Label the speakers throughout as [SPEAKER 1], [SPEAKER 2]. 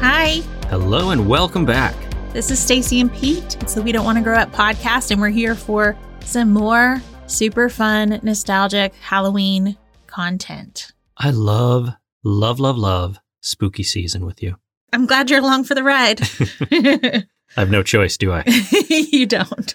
[SPEAKER 1] Hi,
[SPEAKER 2] Hello and welcome back.
[SPEAKER 1] this is Stacy and Pete. It's the We Don't Want to Grow Up podcast, and we're here for some more super fun, nostalgic Halloween content.
[SPEAKER 2] I love, love, love, love spooky season with you.
[SPEAKER 1] I'm glad you're along for the ride.
[SPEAKER 2] I have no choice, do I?
[SPEAKER 1] you don't.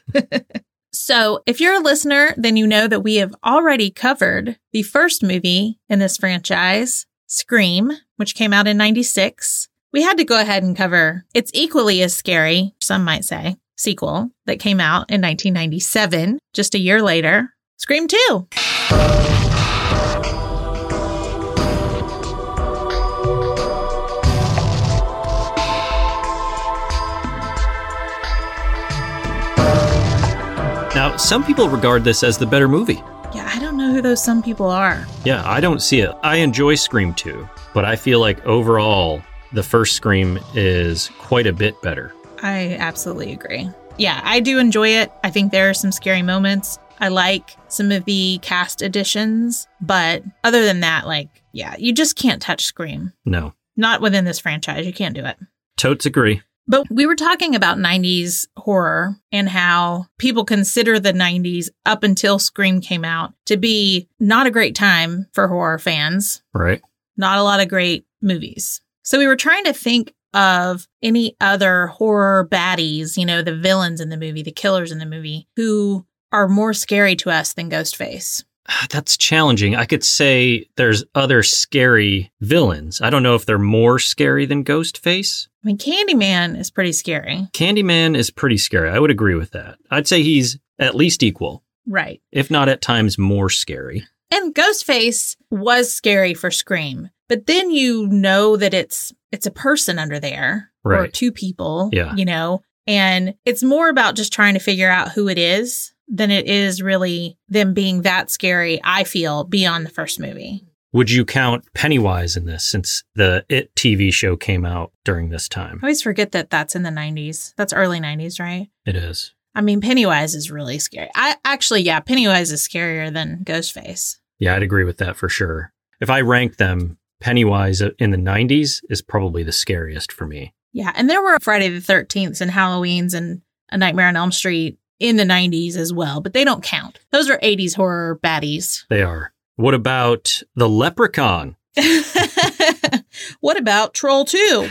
[SPEAKER 1] so, if you're a listener, then you know that we have already covered the first movie in this franchise, Scream, which came out in 96. We had to go ahead and cover it's equally as scary, some might say, sequel that came out in 1997, just a year later. Scream 2.
[SPEAKER 2] Now, some people regard this as the better movie.
[SPEAKER 1] Yeah, I don't know who those some people are.
[SPEAKER 2] Yeah, I don't see it. I enjoy Scream 2, but I feel like overall, the first Scream is quite a bit better.
[SPEAKER 1] I absolutely agree. Yeah, I do enjoy it. I think there are some scary moments. I like some of the cast additions, but other than that, like, yeah, you just can't touch Scream.
[SPEAKER 2] No,
[SPEAKER 1] Not within this franchise. You can't do it.
[SPEAKER 2] totes agree.
[SPEAKER 1] But we were talking about 90s horror and how people consider the 90s up until Scream came out to be not a great time for horror fans
[SPEAKER 2] Right.
[SPEAKER 1] not a lot of great movies. So we were trying to think of any other horror baddies, you know, the villains in the movie, the killers in the movie, who are more scary to us than Ghostface.
[SPEAKER 2] That's challenging. I could say there's other scary villains. I don't know if they're more scary than Ghostface.
[SPEAKER 1] I mean, Candyman is pretty scary.
[SPEAKER 2] Candyman is pretty scary. I would agree with that. I'd say he's at least equal.
[SPEAKER 1] Right.
[SPEAKER 2] if not at times more scary.
[SPEAKER 1] And Ghostface was scary for Scream, but then you know that it's it's a person under there or
[SPEAKER 2] Right.
[SPEAKER 1] two people,
[SPEAKER 2] Yeah.
[SPEAKER 1] you know, and it's more about just trying to figure out who it is than it is really them being that scary. I feel beyond the first movie.
[SPEAKER 2] Would you count Pennywise in this since the It TV show came out during this time?
[SPEAKER 1] I always forget that that's in the 90s. That's early 90s, right?
[SPEAKER 2] It is.
[SPEAKER 1] I mean, Pennywise is really scary. I actually, yeah, Pennywise is scarier than Ghostface.
[SPEAKER 2] Yeah, I'd agree with that for sure. If I rank them, Pennywise in the 90s is probably the scariest for me.
[SPEAKER 1] Yeah, and there were Friday the 13th and Halloween's and A Nightmare on Elm Street in the 90s as well, but they don't count. Those are 80s horror baddies.
[SPEAKER 2] They are. What about the Leprechaun?
[SPEAKER 1] what about Troll 2?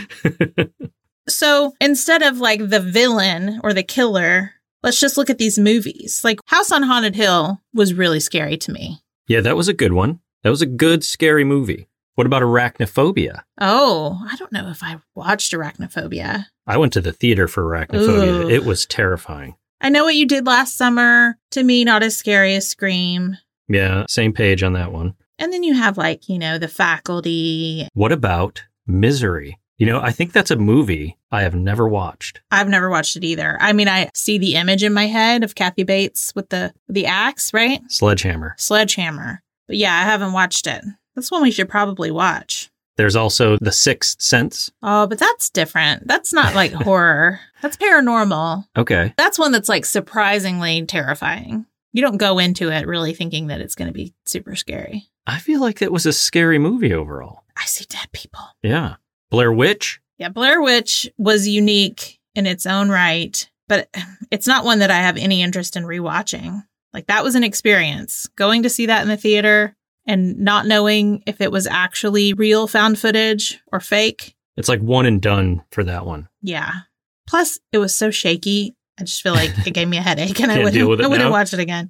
[SPEAKER 1] so instead of like the villain or the killer, let's just look at these movies. Like House on Haunted Hill was really scary to me.
[SPEAKER 2] Yeah, that was a good one. That was a good scary movie. What about Arachnophobia?
[SPEAKER 1] Oh, I don't know if I watched Arachnophobia.
[SPEAKER 2] I went to the theater for Arachnophobia.
[SPEAKER 1] Ooh.
[SPEAKER 2] It was terrifying.
[SPEAKER 1] I know what you did last summer. To me, not as scary as Scream.
[SPEAKER 2] Yeah, same page on that one.
[SPEAKER 1] And then you have like, you know, the faculty.
[SPEAKER 2] What about Misery? You know, I think that's a movie I have never watched.
[SPEAKER 1] I've never watched it either. I mean, I see the image in my head of Kathy Bates with the the axe, right?
[SPEAKER 2] Sledgehammer.
[SPEAKER 1] Sledgehammer. But yeah, I haven't watched it. That's one we should probably watch.
[SPEAKER 2] There's also The Sixth Sense.
[SPEAKER 1] Oh, but that's different. That's not like horror. That's paranormal.
[SPEAKER 2] Okay.
[SPEAKER 1] That's one that's like surprisingly terrifying. You don't go into it really thinking that it's going to be super scary.
[SPEAKER 2] I feel like that was a scary movie overall.
[SPEAKER 1] I see dead people.
[SPEAKER 2] Yeah. Blair Witch.
[SPEAKER 1] Yeah, Blair Witch was unique in its own right, but it's not one that I have any interest in rewatching. Like that was an experience going to see that in the theater and not knowing if it was actually real found footage or fake.
[SPEAKER 2] It's like one and done for that one.
[SPEAKER 1] Yeah. Plus, it was so shaky. I just feel like it gave me a headache, and I
[SPEAKER 2] Can't
[SPEAKER 1] wouldn't.
[SPEAKER 2] deal with it
[SPEAKER 1] I wouldn't
[SPEAKER 2] now?
[SPEAKER 1] watch it again.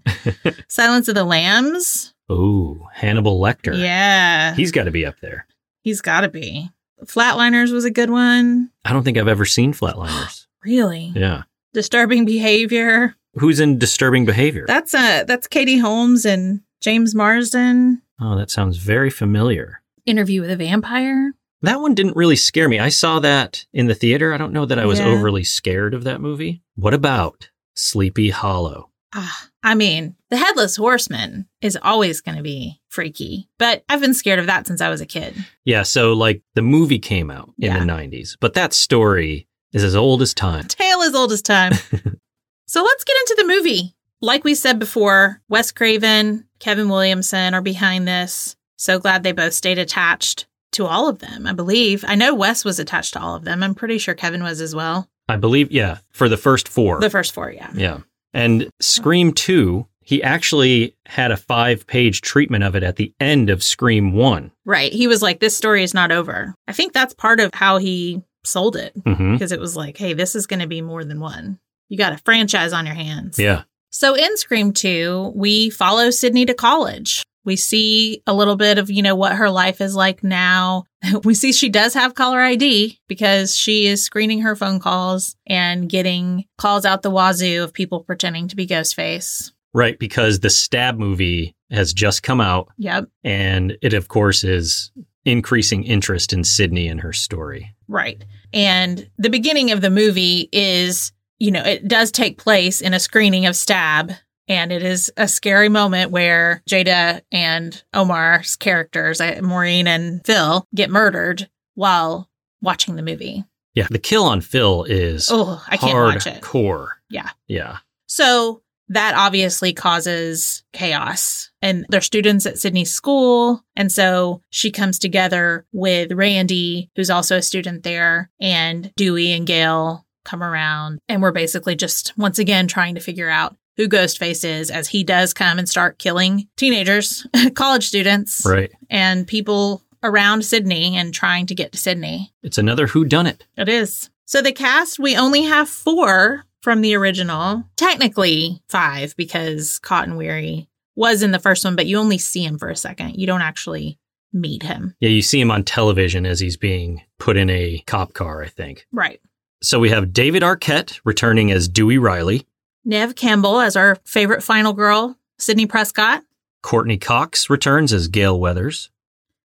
[SPEAKER 1] Silence of the Lambs.
[SPEAKER 2] Ooh, Hannibal Lecter.
[SPEAKER 1] Yeah,
[SPEAKER 2] He's got to be up there.
[SPEAKER 1] he's got to be. Flatliners was a good one.
[SPEAKER 2] I don't think I've ever seen Flatliners.
[SPEAKER 1] Really
[SPEAKER 2] yeah.
[SPEAKER 1] disturbing behavior.
[SPEAKER 2] Who's in Disturbing Behavior?
[SPEAKER 1] That's uh that's Katie Holmes and James Marsden.
[SPEAKER 2] oh, that sounds very familiar.
[SPEAKER 1] Interview with a vampire.
[SPEAKER 2] That one didn't really scare me. I saw that in the theater. I don't know that I was
[SPEAKER 1] Yeah.
[SPEAKER 2] overly scared of that movie. What about Sleepy Hollow?
[SPEAKER 1] Ah, I mean, the Headless Horseman is always going to be freaky, but I've been scared of that since I was a kid.
[SPEAKER 2] Yeah, so like the movie came out in
[SPEAKER 1] Yeah.
[SPEAKER 2] the 90s, but that story is as old as time.
[SPEAKER 1] Tale as old as time. so let's get into the movie. Like we said before, Wes Craven, Kevin Williamson are behind this. So glad they both stayed attached to all of them, I believe. I know Wes was attached to all of them. I'm pretty sure Kevin was as well.
[SPEAKER 2] I believe, yeah, for the first four.
[SPEAKER 1] The first four, yeah.
[SPEAKER 2] yeah. And Scream 2, he actually had a five page treatment of it at the end of Scream 1.
[SPEAKER 1] Right. He was like, this story is not over. I think that's part of how he sold it
[SPEAKER 2] Mm-hmm.
[SPEAKER 1] because it was like, hey, this is going to be more than one. You got a franchise on your hands.
[SPEAKER 2] Yeah.
[SPEAKER 1] So in Scream 2, we follow Sydney to college. We see a little bit of, you know, what her life is like now. We see she does have caller ID because she is screening her phone calls and getting calls out the wazoo of people pretending to be Ghostface.
[SPEAKER 2] Right. Because the Stab movie has just come out,
[SPEAKER 1] Yep.
[SPEAKER 2] and it, of course, is increasing interest in Sydney and her story.
[SPEAKER 1] Right. And the beginning of the movie is, you know, it does take place in a screening of Stab. And it is a scary moment where Jada and Omar's characters, uh, Maureen and Phil, get murdered while watching the movie.
[SPEAKER 2] Yeah. The kill on Phil is
[SPEAKER 1] Oh, I can't watch it.
[SPEAKER 2] hardcore.
[SPEAKER 1] Yeah.
[SPEAKER 2] Yeah.
[SPEAKER 1] So that obviously causes chaos. And they're students at Sydney School. And so she comes together with Randy, who's also a student there, and Dewey and Gail come around. And we're basically just once again trying to figure out who Ghostface is as he does come and start killing teenagers, college students,
[SPEAKER 2] Right.
[SPEAKER 1] and people around Sydney and trying to get to Sydney.
[SPEAKER 2] It's another Who Done It.
[SPEAKER 1] It is. So the cast, we only have four from the original. Technically five because Cotton Weary was in the first one, but you only see him for a second. You don't actually meet him.
[SPEAKER 2] Yeah, you see him on television as he's being put in a cop car, I think.
[SPEAKER 1] Right.
[SPEAKER 2] So we have David Arquette returning as Dewey Riley,
[SPEAKER 1] Nev Campbell as our favorite final girl, Sydney Prescott,
[SPEAKER 2] Courtney Cox returns as Gail Weathers,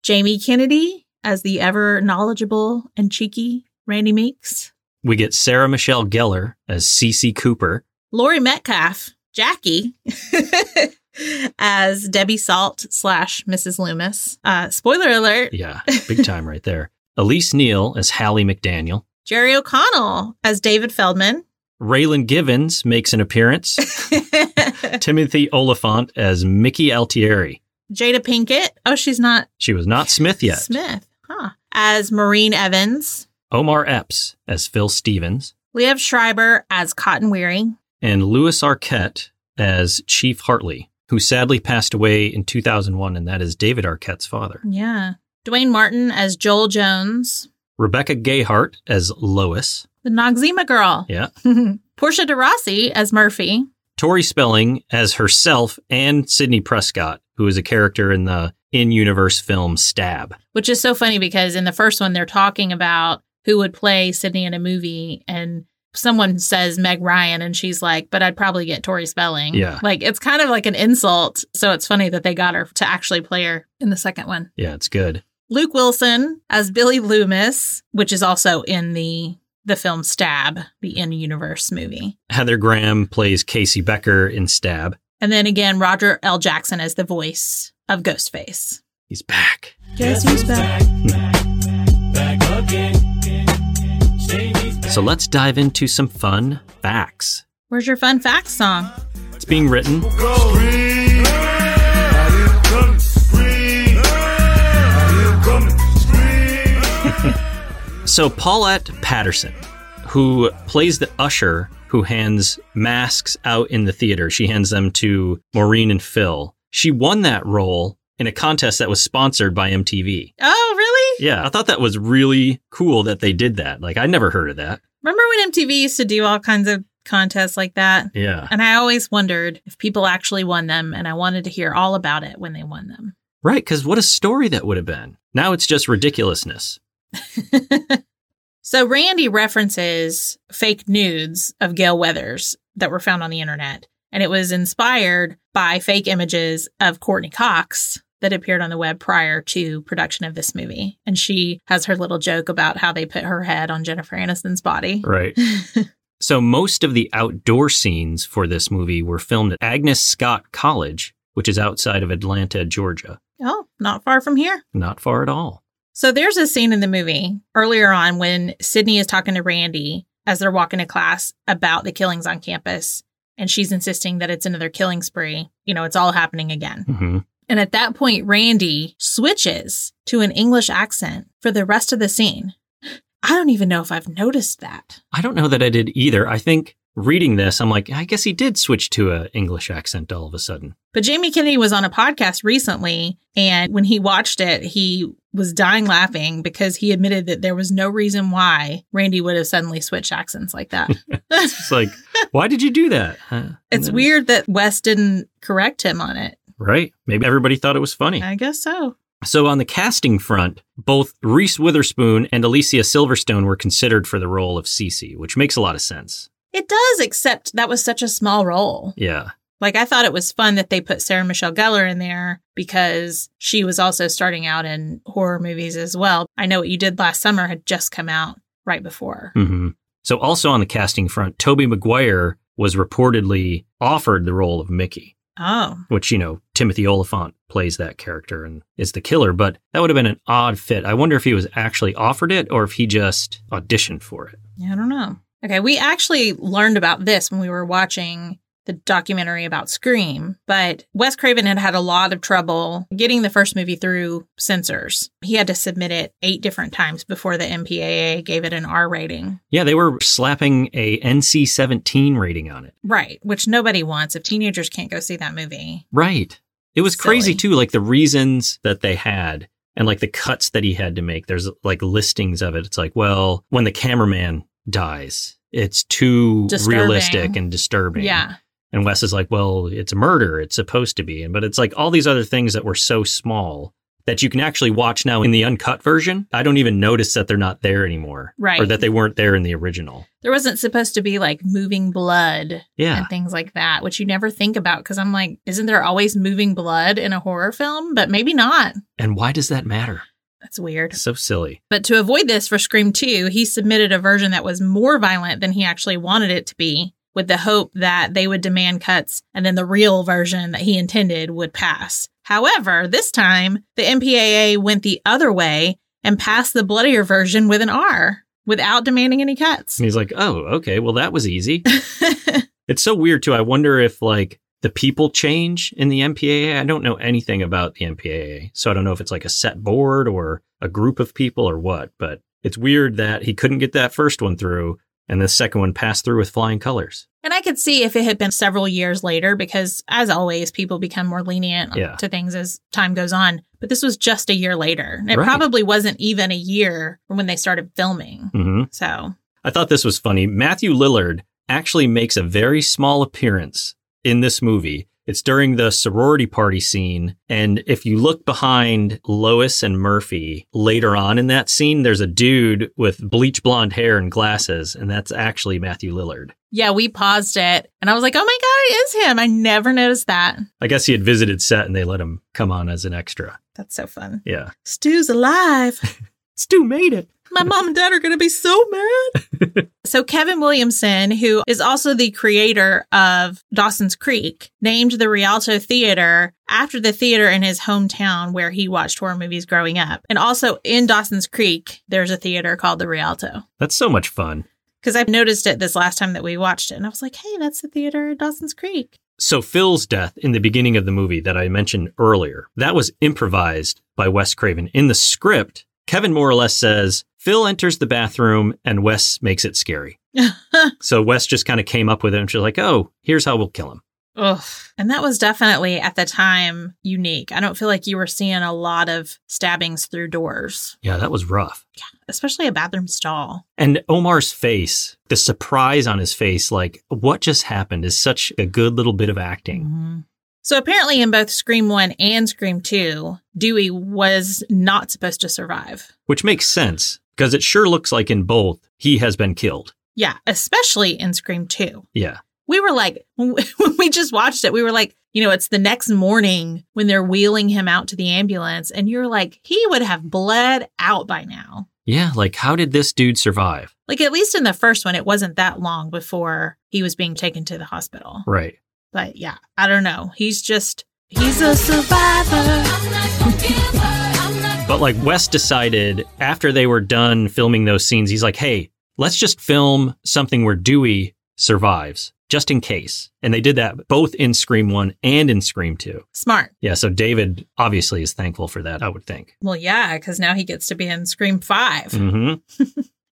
[SPEAKER 1] Jamie Kennedy as the ever knowledgeable and cheeky Randy Meeks,
[SPEAKER 2] we get Sarah Michelle Gellar as Cece Cooper,
[SPEAKER 1] Lori Metcalf, Jackie as Debbie Salt slash Mrs. Loomis. Uh, spoiler alert,
[SPEAKER 2] yeah, big time right there. Elise Neal as Hallie McDaniel,
[SPEAKER 1] Jerry O'Connell as David Feldman.
[SPEAKER 2] Raylan Givens makes an appearance,
[SPEAKER 1] Jada
[SPEAKER 2] Timothy Oliphant as Mickey Altieri.
[SPEAKER 1] Pinkett. Oh, she's not
[SPEAKER 2] She was not Smith yet.
[SPEAKER 1] Smith. Huh. As Maureen Evans.
[SPEAKER 2] Omar Epps as Phil Stevens,
[SPEAKER 1] Liev Schreiber as Cotton Weary.
[SPEAKER 2] and Louis Arquette as Chief Hartley, who sadly passed away in 2001, and that is David Arquette's father.
[SPEAKER 1] Yeah. Dwayne Martin as Joel Jones.
[SPEAKER 2] Rebecca Gayhart as Lois,
[SPEAKER 1] The Noxzema girl.
[SPEAKER 2] yeah.
[SPEAKER 1] Portia de Rossi as Murphy.
[SPEAKER 2] Tori Spelling as herself, and Sidney Prescott, who is a character in the in-universe film Stab.
[SPEAKER 1] Which is so funny because in the first one they're talking about who would play Sydney in a movie and someone says Meg Ryan and she's like, but I'd probably get Tori Spelling.
[SPEAKER 2] Yeah.
[SPEAKER 1] Like it's kind of like an insult. So it's funny that they got her to actually play her in the second one.
[SPEAKER 2] Yeah, it's good.
[SPEAKER 1] Luke Wilson as Billy Loomis, which is also in the the film Stab, the in universe movie.
[SPEAKER 2] Heather Graham plays Casey Becker in Stab.
[SPEAKER 1] And then again Roger L. Jackson as the voice of Ghostface.
[SPEAKER 2] He's back.
[SPEAKER 1] Guess who's back?
[SPEAKER 2] So let's dive into some fun facts.
[SPEAKER 1] Where's your fun fact song?
[SPEAKER 2] It's being written So Paulette Patterson, who plays the usher who hands masks out in the theater, she hands them to Maureen and Phil. She won that role in a contest that was sponsored by MTV.
[SPEAKER 1] Oh, really?
[SPEAKER 2] Yeah, I thought that was really cool that they did that. Like I never heard of that.
[SPEAKER 1] Remember when MTV used to do all kinds of contests like that?
[SPEAKER 2] Yeah.
[SPEAKER 1] And I always wondered if people actually won them, and I wanted to hear all about it when they won them.
[SPEAKER 2] Right, cuz what a story that would have been. Now it's just ridiculousness.
[SPEAKER 1] so Randy references fake nudes of Gail Weathers that were found on the internet, and it was inspired by fake images of Courtney Cox that appeared on the web prior to production of this movie. And she has her little joke about how they put her head on Jennifer Aniston's body.
[SPEAKER 2] Right. So most of the outdoor scenes for this movie were filmed at Agnes Scott College, which is outside of Atlanta, Georgia.
[SPEAKER 1] Oh, not far from here.
[SPEAKER 2] Not far at all.
[SPEAKER 1] So there's a scene in the movie earlier on when Sydney is talking to Randy as they're walking to class about the killings on campus. And she's insisting that it's another killing spree. You know, it's all happening again.
[SPEAKER 2] hmm
[SPEAKER 1] And at that point, Randy switches to an English accent for the rest of the scene. I don't even know if I've noticed that.
[SPEAKER 2] I don't know that I did either. I think reading this, I'm like, I guess he did switch to a English accent all of a sudden.
[SPEAKER 1] But Jamie Kennedy was on a podcast recently, and when he watched it, he was dying laughing because he admitted that there was no reason why Randy would have suddenly switched accents like that.
[SPEAKER 2] It's like, why did you do that? Huh?
[SPEAKER 1] it's
[SPEAKER 2] And-
[SPEAKER 1] weird that Wes didn't correct him on it.
[SPEAKER 2] Right. Maybe everybody thought it was funny.
[SPEAKER 1] I guess so.
[SPEAKER 2] So, on the casting front, both Reese Witherspoon and Alicia Silverstone were considered for the role of Cece, which makes a lot of sense.
[SPEAKER 1] It does, except that was such a small role.
[SPEAKER 2] Yeah.
[SPEAKER 1] Like, I thought it was fun that they put Sarah Michelle Gellar in there because she was also starting out in horror movies as well. I Know What You Did Last Summer had just come out right before.
[SPEAKER 2] hmm So, also on the casting front, Toby Maguire was reportedly offered the role of Mickey,
[SPEAKER 1] Oh,
[SPEAKER 2] which, you know, Timothy Oliphant plays that character and is the killer, but that would have been an odd fit. I wonder if he was actually offered it or if he just auditioned for it.
[SPEAKER 1] Yeah, I don't know. Okay, we actually learned about this when we were watching the documentary about Scream, but Wes Craven had had a lot of trouble getting the first movie through censors. He had to submit it eight different times before the MPAA gave it an R rating.
[SPEAKER 2] Yeah, they were slapping a NC 17 rating on it.
[SPEAKER 1] Right, which nobody wants if teenagers can't go see that movie.
[SPEAKER 2] Right. It was crazy
[SPEAKER 1] Silly.
[SPEAKER 2] too, like the reasons that they had and like the cuts that he had to make. There's like listings of it. It's like, well, when the cameraman dies, it's too
[SPEAKER 1] Disturbing.
[SPEAKER 2] realistic and disturbing.
[SPEAKER 1] Yeah.
[SPEAKER 2] And Wes is like, well, it's a murder. It's supposed to be. And but it's like all these other things that were so small that you can actually watch now in the uncut version. I don't even notice that they're not there anymore. Or
[SPEAKER 1] Right.
[SPEAKER 2] that they weren't there in the original.
[SPEAKER 1] There wasn't supposed to be like moving blood
[SPEAKER 2] Yeah.
[SPEAKER 1] and things like that, which you never think about because I'm like, isn't there always moving blood in a horror film? But maybe not.
[SPEAKER 2] And why does that matter?
[SPEAKER 1] That's weird.
[SPEAKER 2] So silly.
[SPEAKER 1] But to avoid this for Scream 2, he submitted a version that was more violent than he actually wanted it to be, with the hope that they would demand cuts and then the real version that he intended would pass. However, this time, the MPAA went the other way and passed the bloodier version with an R without demanding any cuts.
[SPEAKER 2] And he's like, oh, okay, well, that was easy. It's so weird too. I wonder if like the people change in the MPAA. I don't know anything about the MPAA, so I don't know if it's like a set board or a group of people or what. But it's weird that he couldn't get that first one through, and the second one passed through with flying colors.
[SPEAKER 1] And I could see if it had been several years later, because as always, people become more lenient
[SPEAKER 2] Yeah.
[SPEAKER 1] to things as time goes on. But this was just a year later. And It
[SPEAKER 2] Right.
[SPEAKER 1] probably wasn't even a year from when they started filming.
[SPEAKER 2] hmm
[SPEAKER 1] So,
[SPEAKER 2] I thought this was funny. Matthew Lillard actually makes a very small appearance in this movie. It's during the sorority party scene. And if you look behind Lois and Murphy later on in that scene, there's a dude with bleach blonde hair and glasses, and that's actually Matthew Lillard.
[SPEAKER 1] yeah, we paused it and I was like, oh my God, it is him. I never noticed that.
[SPEAKER 2] I guess he had visited set and they let him come on as an extra.
[SPEAKER 1] That's so fun.
[SPEAKER 2] Yeah.
[SPEAKER 1] Stu's alive.
[SPEAKER 2] Stu made it.
[SPEAKER 1] My mom and dad are going to be so mad. so, Kevin Williamson, who is also the creator of Dawson's Creek, named the Rialto Theater after the theater in his hometown where he watched horror movies growing up. And also in Dawson's Creek, there's a theater called the Rialto.
[SPEAKER 2] That's so much fun.
[SPEAKER 1] Because I noticed it this last time that we watched it. And I was like, hey, that's the theater at Dawson's Creek.
[SPEAKER 2] So Phil's death in the beginning of the movie that I mentioned earlier, that was improvised by Wes Craven. In the script, Kevin more or less says, Phil enters the bathroom and Wes makes it scary. so Wes just kind of came up with it and she's like, oh, here's how we'll kill him.
[SPEAKER 1] Ugh. And that was definitely at the time unique. I don't feel like you were seeing a lot of stabbings through doors,
[SPEAKER 2] Yeah, that was rough.
[SPEAKER 1] especially a bathroom stall.
[SPEAKER 2] And Omar's face, the surprise on his face, like, what just happened is such a good little bit of acting.
[SPEAKER 1] So apparently, in both Scream 1 and Scream 2, Dewey was not supposed to survive.
[SPEAKER 2] Which makes sense because it sure looks like in both he has been killed.
[SPEAKER 1] Yeah, especially in Scream 2.
[SPEAKER 2] Yeah.
[SPEAKER 1] We were like, when we just watched it, we were like, you know, it's the next morning when they're wheeling him out to the ambulance. And you're like, he would have bled out by now.
[SPEAKER 2] Yeah, like how did this dude survive?
[SPEAKER 1] Like, at least in the first one, it wasn't that long before he was being taken to the hospital.
[SPEAKER 2] Right.
[SPEAKER 1] But yeah, I don't know. He's just, he's a survivor.
[SPEAKER 2] But like West decided after they were done filming those scenes, he's like, hey, let's just film something where Dewey survives just in case. And they did that both in Scream 1 and in Scream 2.
[SPEAKER 1] Smart.
[SPEAKER 2] Yeah, so David obviously is thankful for that, I would think.
[SPEAKER 1] Well, yeah, because now he gets to be in Scream 5.
[SPEAKER 2] hmm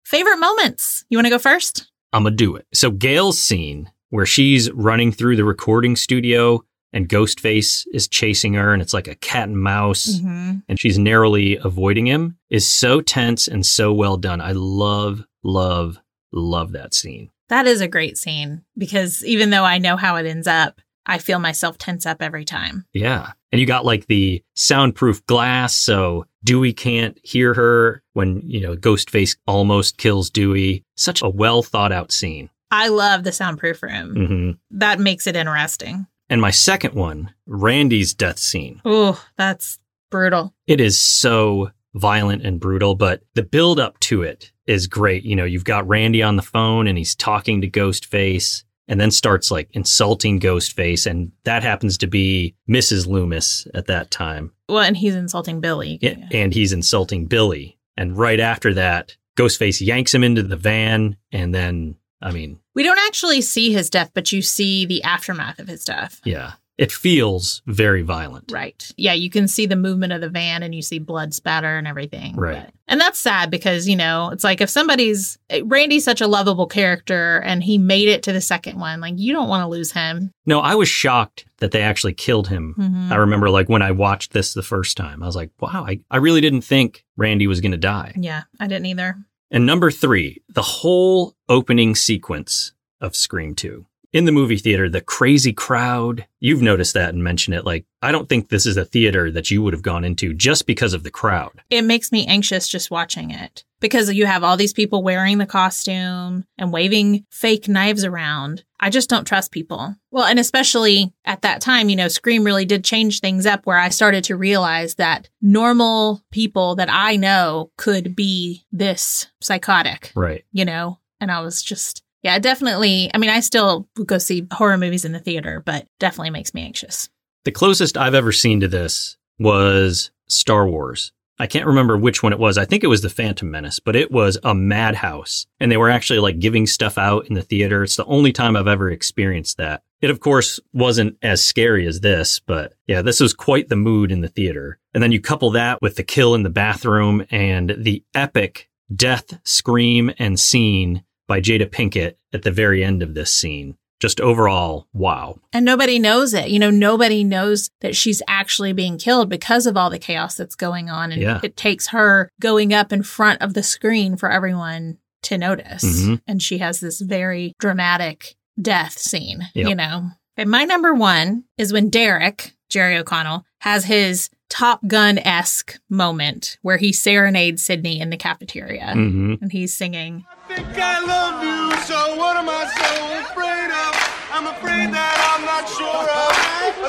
[SPEAKER 1] Favorite moments? You want to go first?
[SPEAKER 2] I'm going to do it. So Gail's scene where she's running through the recording studio and Ghostface is chasing her and it's like a cat and mouse.
[SPEAKER 1] Mm-hmm.
[SPEAKER 2] and she's narrowly avoiding him is so tense and so well done. I love, love, love that scene.
[SPEAKER 1] That is a great scene because even though I know how it ends up, I feel myself tense up every time.
[SPEAKER 2] Yeah. And you got like the soundproof glass so Dewey can't hear her when, you know, Ghostface almost kills Dewey. Such a well thought out scene.
[SPEAKER 1] I love the soundproof room.
[SPEAKER 2] hmm
[SPEAKER 1] That makes it interesting.
[SPEAKER 2] And my second one, Randy's death scene.
[SPEAKER 1] Ooh, that's brutal.
[SPEAKER 2] It is so violent and brutal, but the build up to it is great. You know, you've got Randy on the phone and he's talking to Ghostface and then starts like insulting Ghostface. And that happens to be Mrs. Loomis at that time.
[SPEAKER 1] Well, and he's insulting Billy.
[SPEAKER 2] A- And he's insulting Billy. And right after that, Ghostface yanks him into the van. And then, I mean,
[SPEAKER 1] We don't actually see his death, but you see the aftermath of his death.
[SPEAKER 2] yeah, it feels very violent.
[SPEAKER 1] Right. Yeah, you can see the movement of the van and you see blood spatter and everything.
[SPEAKER 2] Right.
[SPEAKER 1] But- and that's sad because, you know, it's like if somebody's eh, Randy's such a lovable character and he made it to the second one, like you don't want to lose him.
[SPEAKER 2] No, I was shocked that they actually killed him
[SPEAKER 1] Mhm.
[SPEAKER 2] I remember like when I watched this the first time, I was like, wow, I, I really didn't think Randy was going to die.
[SPEAKER 1] Yeah, I didn't either.
[SPEAKER 2] And number three, the whole opening sequence of Scream 2. In the movie theater, the crazy crowd, you've noticed that and mentioned it. Like, I don't think this is a theater that you would have gone into just because of the crowd.
[SPEAKER 1] It makes me anxious just watching it because you have all these people wearing the costume and waving fake knives around. I just don't trust people. Well, and especially at that time, you know, Scream really did change things up where I started to realize that normal people that I know could be this psychotic,
[SPEAKER 2] Right.
[SPEAKER 1] you know? And I was just, yeah, it definitely. I mean, I still would go see horror movies in the theater, but definitely makes me anxious.
[SPEAKER 2] The closest I've ever seen to this was Star Wars. I can't remember which one it was. I think it was The Phantom Menace, but it was a madhouse. And they were actually like giving stuff out in the theater. It's the only time I've ever experienced that. It, of course, wasn't as scary as this, but yeah, this was quite the mood in the theater. And then you couple that with the kill in the bathroom and the epic death scream and scene by Jada Pinkett at the very end of this scene. Just overall, wow.
[SPEAKER 1] And nobody knows it. You know, nobody knows that she's actually being killed because of all the chaos that's going on. And
[SPEAKER 2] Yeah.
[SPEAKER 1] it takes her going up in front of the screen for everyone to notice.
[SPEAKER 2] Mhm.
[SPEAKER 1] And she has this very dramatic death scene,
[SPEAKER 2] Yep.
[SPEAKER 1] you know. And my number one is when Derek, Jerry O'Connell, has his Top Gun esque moment where he serenades Sydney in the cafeteria
[SPEAKER 2] Mm-hmm.
[SPEAKER 1] and he's singing.
[SPEAKER 3] think I love you, so what am I so afraid of? I'm afraid that I'm not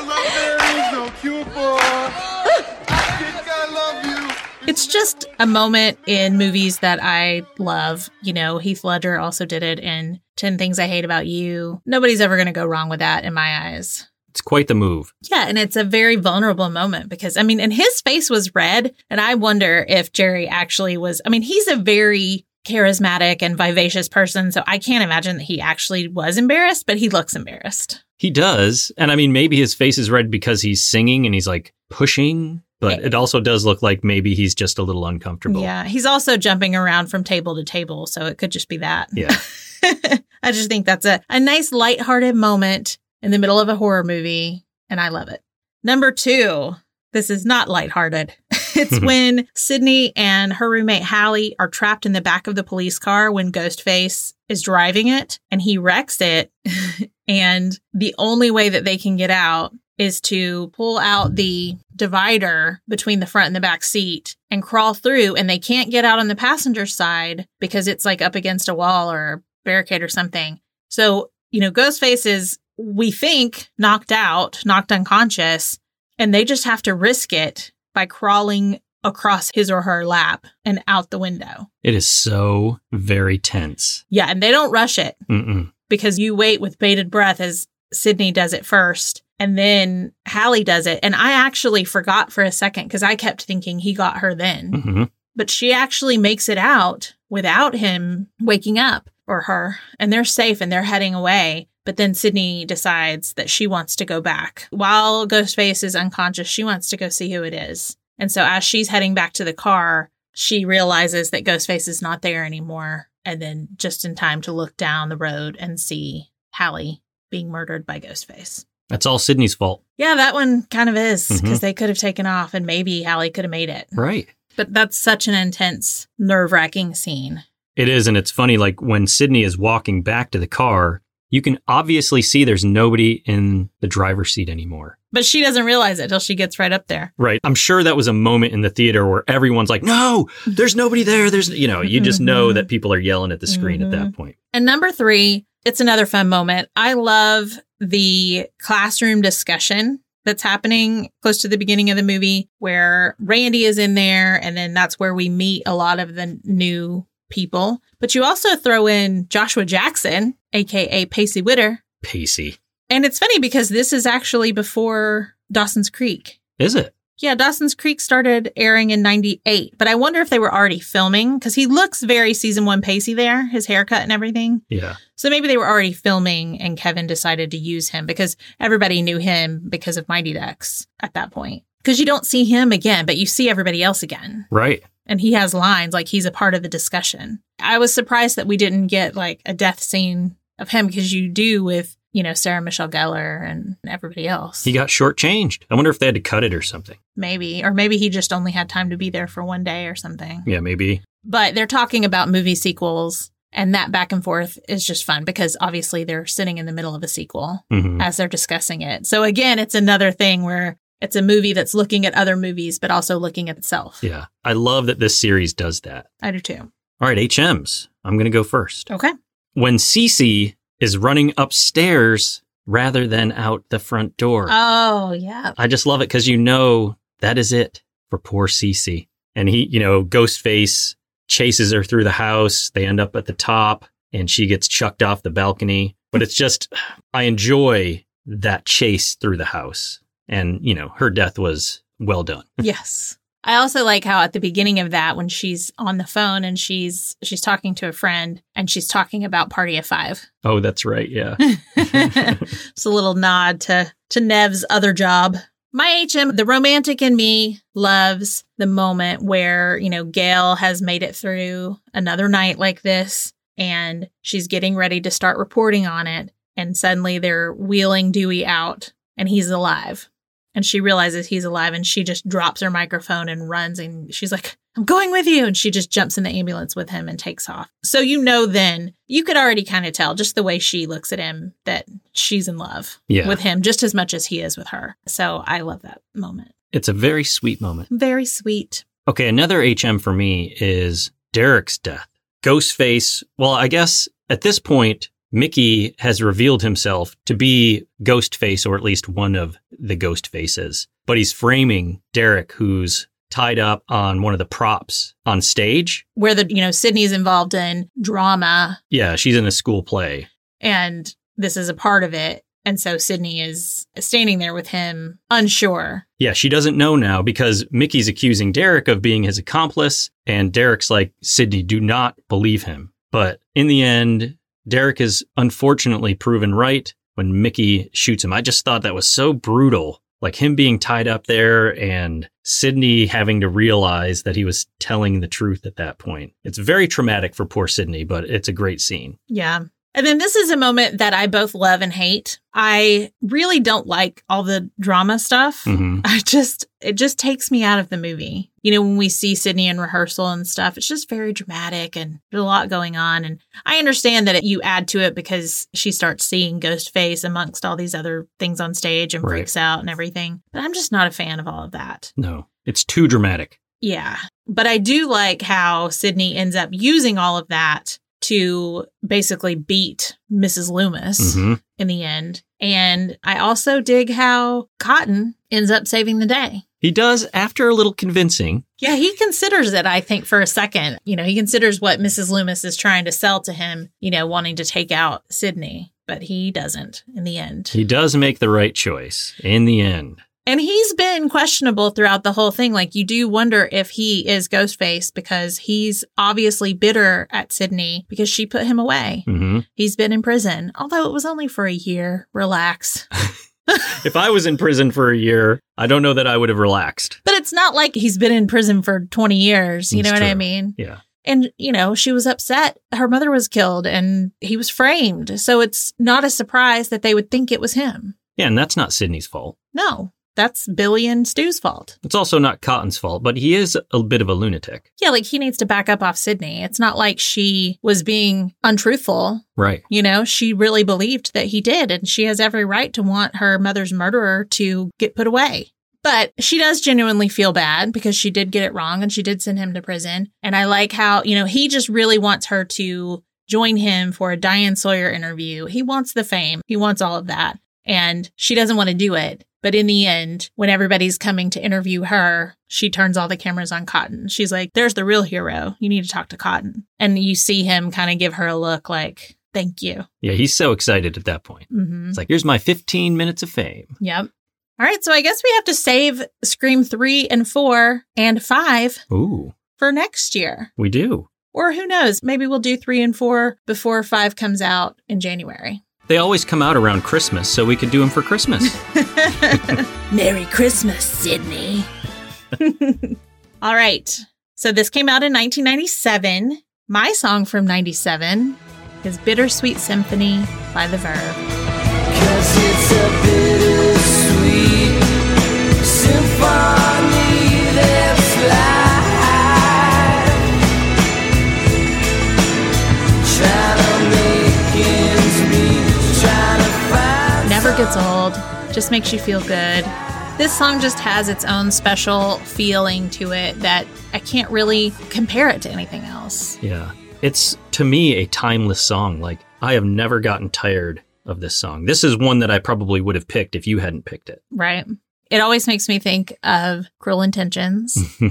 [SPEAKER 3] sure of. A love there is no cure for. I think I love you.
[SPEAKER 1] It's just a moment in movies that I love. You know, Heath Ledger also did it in 10 Things I Hate About You. Nobody's ever going to go wrong with that in my eyes.
[SPEAKER 2] It's quite the move.
[SPEAKER 1] Yeah, and it's a very vulnerable moment because, I mean, and his face was red. And I wonder if Jerry actually was, I mean, he's a very charismatic and vivacious person. So I can't imagine that he actually was embarrassed, but he looks embarrassed.
[SPEAKER 2] He does. And I mean, maybe his face is red because he's singing and he's like pushing, but it also does look like maybe he's just a little uncomfortable.
[SPEAKER 1] Yeah, he's also jumping around from table to table. So it could just be that.
[SPEAKER 2] Yeah.
[SPEAKER 1] I just think that's a, a nice lighthearted moment in the middle of a horror movie, and I love it. Number two, this is not lighthearted. it's when Sydney and her roommate Hallie are trapped in the back of the police car when Ghostface is driving it and he wrecks it. and the only way that they can get out is to pull out the divider between the front and the back seat and crawl through and they can't get out on the passenger side because it's like up against a wall or a barricade or something. So, you know, Ghostface is we think knocked out, knocked unconscious, and they just have to risk it by crawling across his or her lap and out the window.
[SPEAKER 2] It is so very tense.
[SPEAKER 1] Yeah, and they don't rush it
[SPEAKER 2] Mm-mm.
[SPEAKER 1] because you wait with bated breath as Sydney does it first and then Hallie does it. And I actually forgot for a second because I kept thinking he got her then,
[SPEAKER 2] hmm
[SPEAKER 1] but she actually makes it out without him waking up or her and they're safe and they're heading away. But then Sydney decides that she wants to go back. While Ghostface is unconscious, she wants to go see who it is. And so as she's heading back to the car, she realizes that Ghostface is not there anymore. And then just in time to look down the road and see Hallie being murdered by Ghostface.
[SPEAKER 2] That's all Sydney's fault.
[SPEAKER 1] Yeah, that one kind of is because
[SPEAKER 2] Mhm.
[SPEAKER 1] they could have taken off and maybe Hallie could have made it.
[SPEAKER 2] Right.
[SPEAKER 1] But that's such an intense, nerve wracking scene.
[SPEAKER 2] It is. And it's funny, like when Sydney is walking back to the car, you can obviously see there's nobody in the driver's seat anymore.
[SPEAKER 1] But she doesn't realize it till she gets right up there.
[SPEAKER 2] Right. I'm sure that was a moment in the theater where everyone's like, no, there's nobody there. There's, you know, you just know
[SPEAKER 1] Mhm.
[SPEAKER 2] that people are yelling at the screen at that point.
[SPEAKER 1] And number three, it's another fun moment. I love the classroom discussion that's happening close to the beginning of the movie where Randy is in there. And then that's where we meet a lot of the new people. But you also throw in Joshua Jackson, AKA Pacey Witter.
[SPEAKER 2] Pacey.
[SPEAKER 1] And it's funny because this is actually before Dawson's Creek.
[SPEAKER 2] Is it?
[SPEAKER 1] Yeah, Dawson's Creek started airing in 98, but I wonder if they were already filming because he looks very season one Pacey there, his haircut and everything.
[SPEAKER 2] Yeah.
[SPEAKER 1] So maybe they were already filming and Kevin decided to use him because everybody knew him because of Mighty Ducks at that point. Because you don't see him again, but you see everybody else again.
[SPEAKER 2] Right.
[SPEAKER 1] And he has lines like he's a part of the discussion. I was surprised that we didn't get like a death scene of him because you do with, you know, Sarah Michelle Gellar and everybody else.
[SPEAKER 2] He got shortchanged. I wonder if they had to cut it or something.
[SPEAKER 1] maybe or maybe he just only had time to be there for one day or something
[SPEAKER 2] Yeah, maybe.
[SPEAKER 1] but they're talking about movie sequels and that back and forth is just fun because obviously they're sitting in the middle of a sequel
[SPEAKER 2] hmm
[SPEAKER 1] as they're discussing it so again it's another thing where it's a movie that's looking at other movies but also looking at itself
[SPEAKER 2] Yeah. I love that this series does that.
[SPEAKER 1] i do too
[SPEAKER 2] All right, HMs. I'm going to go first.
[SPEAKER 1] okay
[SPEAKER 2] When Cece is running upstairs rather than out the front door.
[SPEAKER 1] oh yeah
[SPEAKER 2] I just love it because you know that is it for poor Cece. And he, you know, Ghostface chases her through the house. They end up at the top and she gets chucked off the balcony. But it's just, I enjoy that chase through the house. And, you know, her death was well done.
[SPEAKER 1] yes i also like how at the beginning of that when she's on the phone and she's she's talking to a friend and she's talking about party of five
[SPEAKER 2] Oh, that's right. Yeah.
[SPEAKER 1] it's a little nod to to Nev's other job. My HM, the romantic in me loves the moment where, you know, Gail has made it through another night like this and she's getting ready to start reporting on it. And suddenly they're wheeling Dewey out and he's alive. And she realizes he's alive and she just drops her microphone and runs and she's like, I'm going with you. And she just jumps in the ambulance with him and takes off. So you know, then you could already kind of tell just the way she looks at him that she's in love
[SPEAKER 2] Yeah.
[SPEAKER 1] with him just as much as he is with her. So I love that moment.
[SPEAKER 2] it's a very sweet moment.
[SPEAKER 1] Very sweet.
[SPEAKER 2] Okay, another HM for me is Derek's death. Ghostface, well, I guess at this point, Mickey has revealed himself to be Ghostface, or at least one of the Ghost Faces. But he's framing Derek, who's tied up on one of the props on stage.
[SPEAKER 1] Where the, you know, Sydney's involved in drama
[SPEAKER 2] Yeah, she's in a school play.
[SPEAKER 1] and this is a part of it. And so Sydney is standing there with him, unsure.
[SPEAKER 2] Yeah, she doesn't know now because Mickey's accusing Derek of being his accomplice. And Derek's like, Sydney, do not believe him. But in the end, Derek is unfortunately proven right when Mickey shoots him. I just thought that was so brutal. Like him being tied up there and Sydney having to realize that he was telling the truth at that point. It's very traumatic for poor Sydney, but it's a great scene.
[SPEAKER 1] Yeah. And then this is a moment that I both love and hate. I really don't like all the drama stuff.
[SPEAKER 2] Mm-hmm.
[SPEAKER 1] I just it just takes me out of the movie. You know, when we see Sydney in rehearsal and stuff, it's just very dramatic and there's a lot going on. And I understand that it, you add to it because she starts seeing Ghostface amongst all these other things on stage and
[SPEAKER 2] Right.
[SPEAKER 1] freaks out and everything. But I'm just not a fan of all of that.
[SPEAKER 2] No, it's too dramatic.
[SPEAKER 1] Yeah. But I do like how Sydney ends up using all of that to basically beat Mrs. Loomis
[SPEAKER 2] hmm
[SPEAKER 1] in the end. And I also dig how Cotton ends up saving the day.
[SPEAKER 2] He does, after a little convincing,
[SPEAKER 1] Yeah, he considers it, I think, for a second. You know, he considers what Mrs. Loomis is trying to sell to him, you know, wanting to take out Sydney, but he doesn't in the end.
[SPEAKER 2] He does make the right choice in the end.
[SPEAKER 1] And he's been questionable throughout the whole thing. Like, you do wonder if he is Ghostface because he's obviously bitter at Sydney because she put him away.
[SPEAKER 2] hmm
[SPEAKER 1] He's been in prison, although it was only for a year. Relax.
[SPEAKER 2] If I was in prison for a year, I don't know that I would have relaxed.
[SPEAKER 1] But it's not like he's been in prison for 20 years. You
[SPEAKER 2] It's
[SPEAKER 1] know what I
[SPEAKER 2] true.
[SPEAKER 1] mean?
[SPEAKER 2] Yeah.
[SPEAKER 1] And, you know, she was upset. Her mother was killed and he was framed. So it's not a surprise that they would think it was him.
[SPEAKER 2] Yeah, and that's not Sydney's fault.
[SPEAKER 1] No, that's Billy and Stu's fault.
[SPEAKER 2] It's also not Cotton's fault, but he is a bit of a lunatic.
[SPEAKER 1] Yeah, like he needs to back up off Sydney. It's not like she was being untruthful.
[SPEAKER 2] Right.
[SPEAKER 1] You know, she really believed that he did, and she has every right to want her mother's murderer to get put away. But she does genuinely feel bad because she did get it wrong and she did send him to prison. And I like how, you know, he just really wants her to join him for a Diane Sawyer interview. He wants the fame, he wants all of that. And she doesn't want to do it. But in the end, when everybody's coming to interview her, she turns all the cameras on Cotton. She's like, There's the real hero. You need to talk to Cotton. And you see him kind of give her a look like, Thank you.
[SPEAKER 2] Yeah, he's so excited at that point.
[SPEAKER 1] Mm-hmm.
[SPEAKER 2] It's like, here's my 15 minutes of fame.
[SPEAKER 1] Yep. All right. So I guess we have to save Scream 3 and 4 and 5
[SPEAKER 2] Ooh,
[SPEAKER 1] for next year.
[SPEAKER 2] we do.
[SPEAKER 1] Or who knows? Maybe we'll do 3 and 4 before 5 comes out in January.
[SPEAKER 2] They always come out around Christmas, so we could do them for Christmas.
[SPEAKER 1] Merry Christmas, Sydney. All right. So this came out in 1997. My song from 97 is Bittersweet Symphony by The Verve.
[SPEAKER 4] Cause it's a bittersweet symphony that's life. Trying to make ends meet, trying to find
[SPEAKER 1] Never gets old, just makes you feel good. This song just has its own special feeling to it that I can't really compare it to anything else.
[SPEAKER 2] yeah. It's, to me, a timeless song. Like, I have never gotten tired of this song. This is one that I probably would have picked if you hadn't picked it.
[SPEAKER 1] Right. It always makes me think of Cruel Intentions.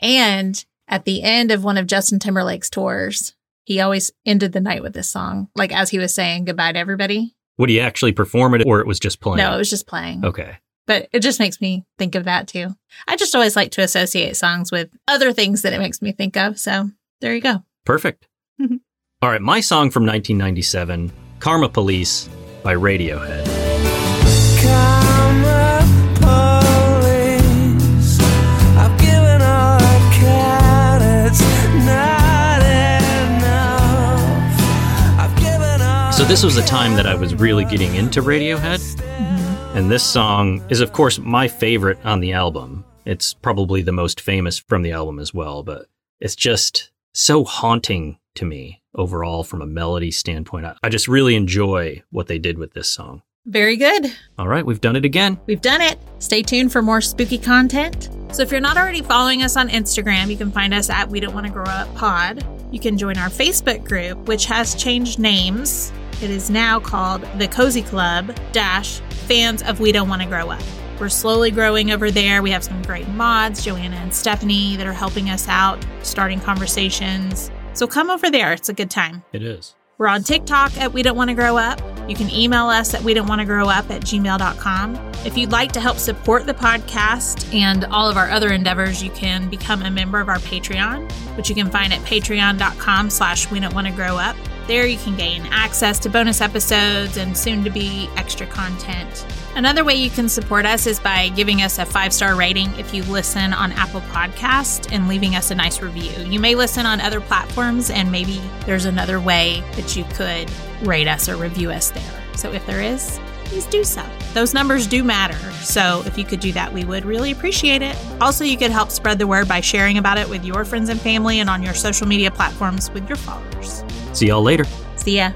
[SPEAKER 1] And at the end of one of Justin Timberlake's tours, he always ended the night with this song, like as he was saying goodbye to everybody.
[SPEAKER 2] would he actually perform it, or it was just playing?
[SPEAKER 1] No, it was just playing.
[SPEAKER 2] Oh, Okay.
[SPEAKER 1] But it just makes me think of that too. I just always like to associate songs with other things that it makes me think of. So there you go.
[SPEAKER 2] Perfect. All right, my song from 1997, Karma Police by Radiohead.
[SPEAKER 4] Karma police. I've given all I can, it's not enough. I've given all
[SPEAKER 2] So this was a time that I was really getting into Radiohead,
[SPEAKER 1] Mm-hmm.
[SPEAKER 2] and this song is of course my favorite on the album. It's probably the most famous from the album as well, but it's just so haunting to me overall from a melody standpoint. I, I just really enjoy what they did with this song.
[SPEAKER 1] Very good.
[SPEAKER 2] All right, we've done it again.
[SPEAKER 1] We've done it. Stay tuned for more spooky content. So if you're not already following us on Instagram, you can find us at We Don't Want to Grow Up Pod. You can join our Facebook group, which has changed names. It is now called the Cozy Club Dash Fans of We Don't Want to Grow Up. We're slowly growing over there. We have some great mods, Joanna and Stephanie, that are helping us out, starting conversations. So come over there. It's a good time.
[SPEAKER 2] It is.
[SPEAKER 1] We're on TikTok at We Don't Want to Grow Up. You can email us at we don't want to grow up at gmail.com. If you'd like to help support the podcast and all of our other endeavors, you can become a member of our Patreon, which you can find at patreon.com slash we don't want to grow up. There you can gain access to bonus episodes and soon to be extra content. Another way you can support us is by giving us a five star rating if you listen on Apple Podcast and leaving us a nice review. You may listen on other platforms, and maybe there's another way that you could rate us or review us there. So if there is, please do so. Those numbers do matter. So if you could do that, we would really appreciate it. Also, you could help spread the word by sharing about it with your friends and family and on your social media platforms with your followers.
[SPEAKER 2] See y'all later.
[SPEAKER 1] See ya.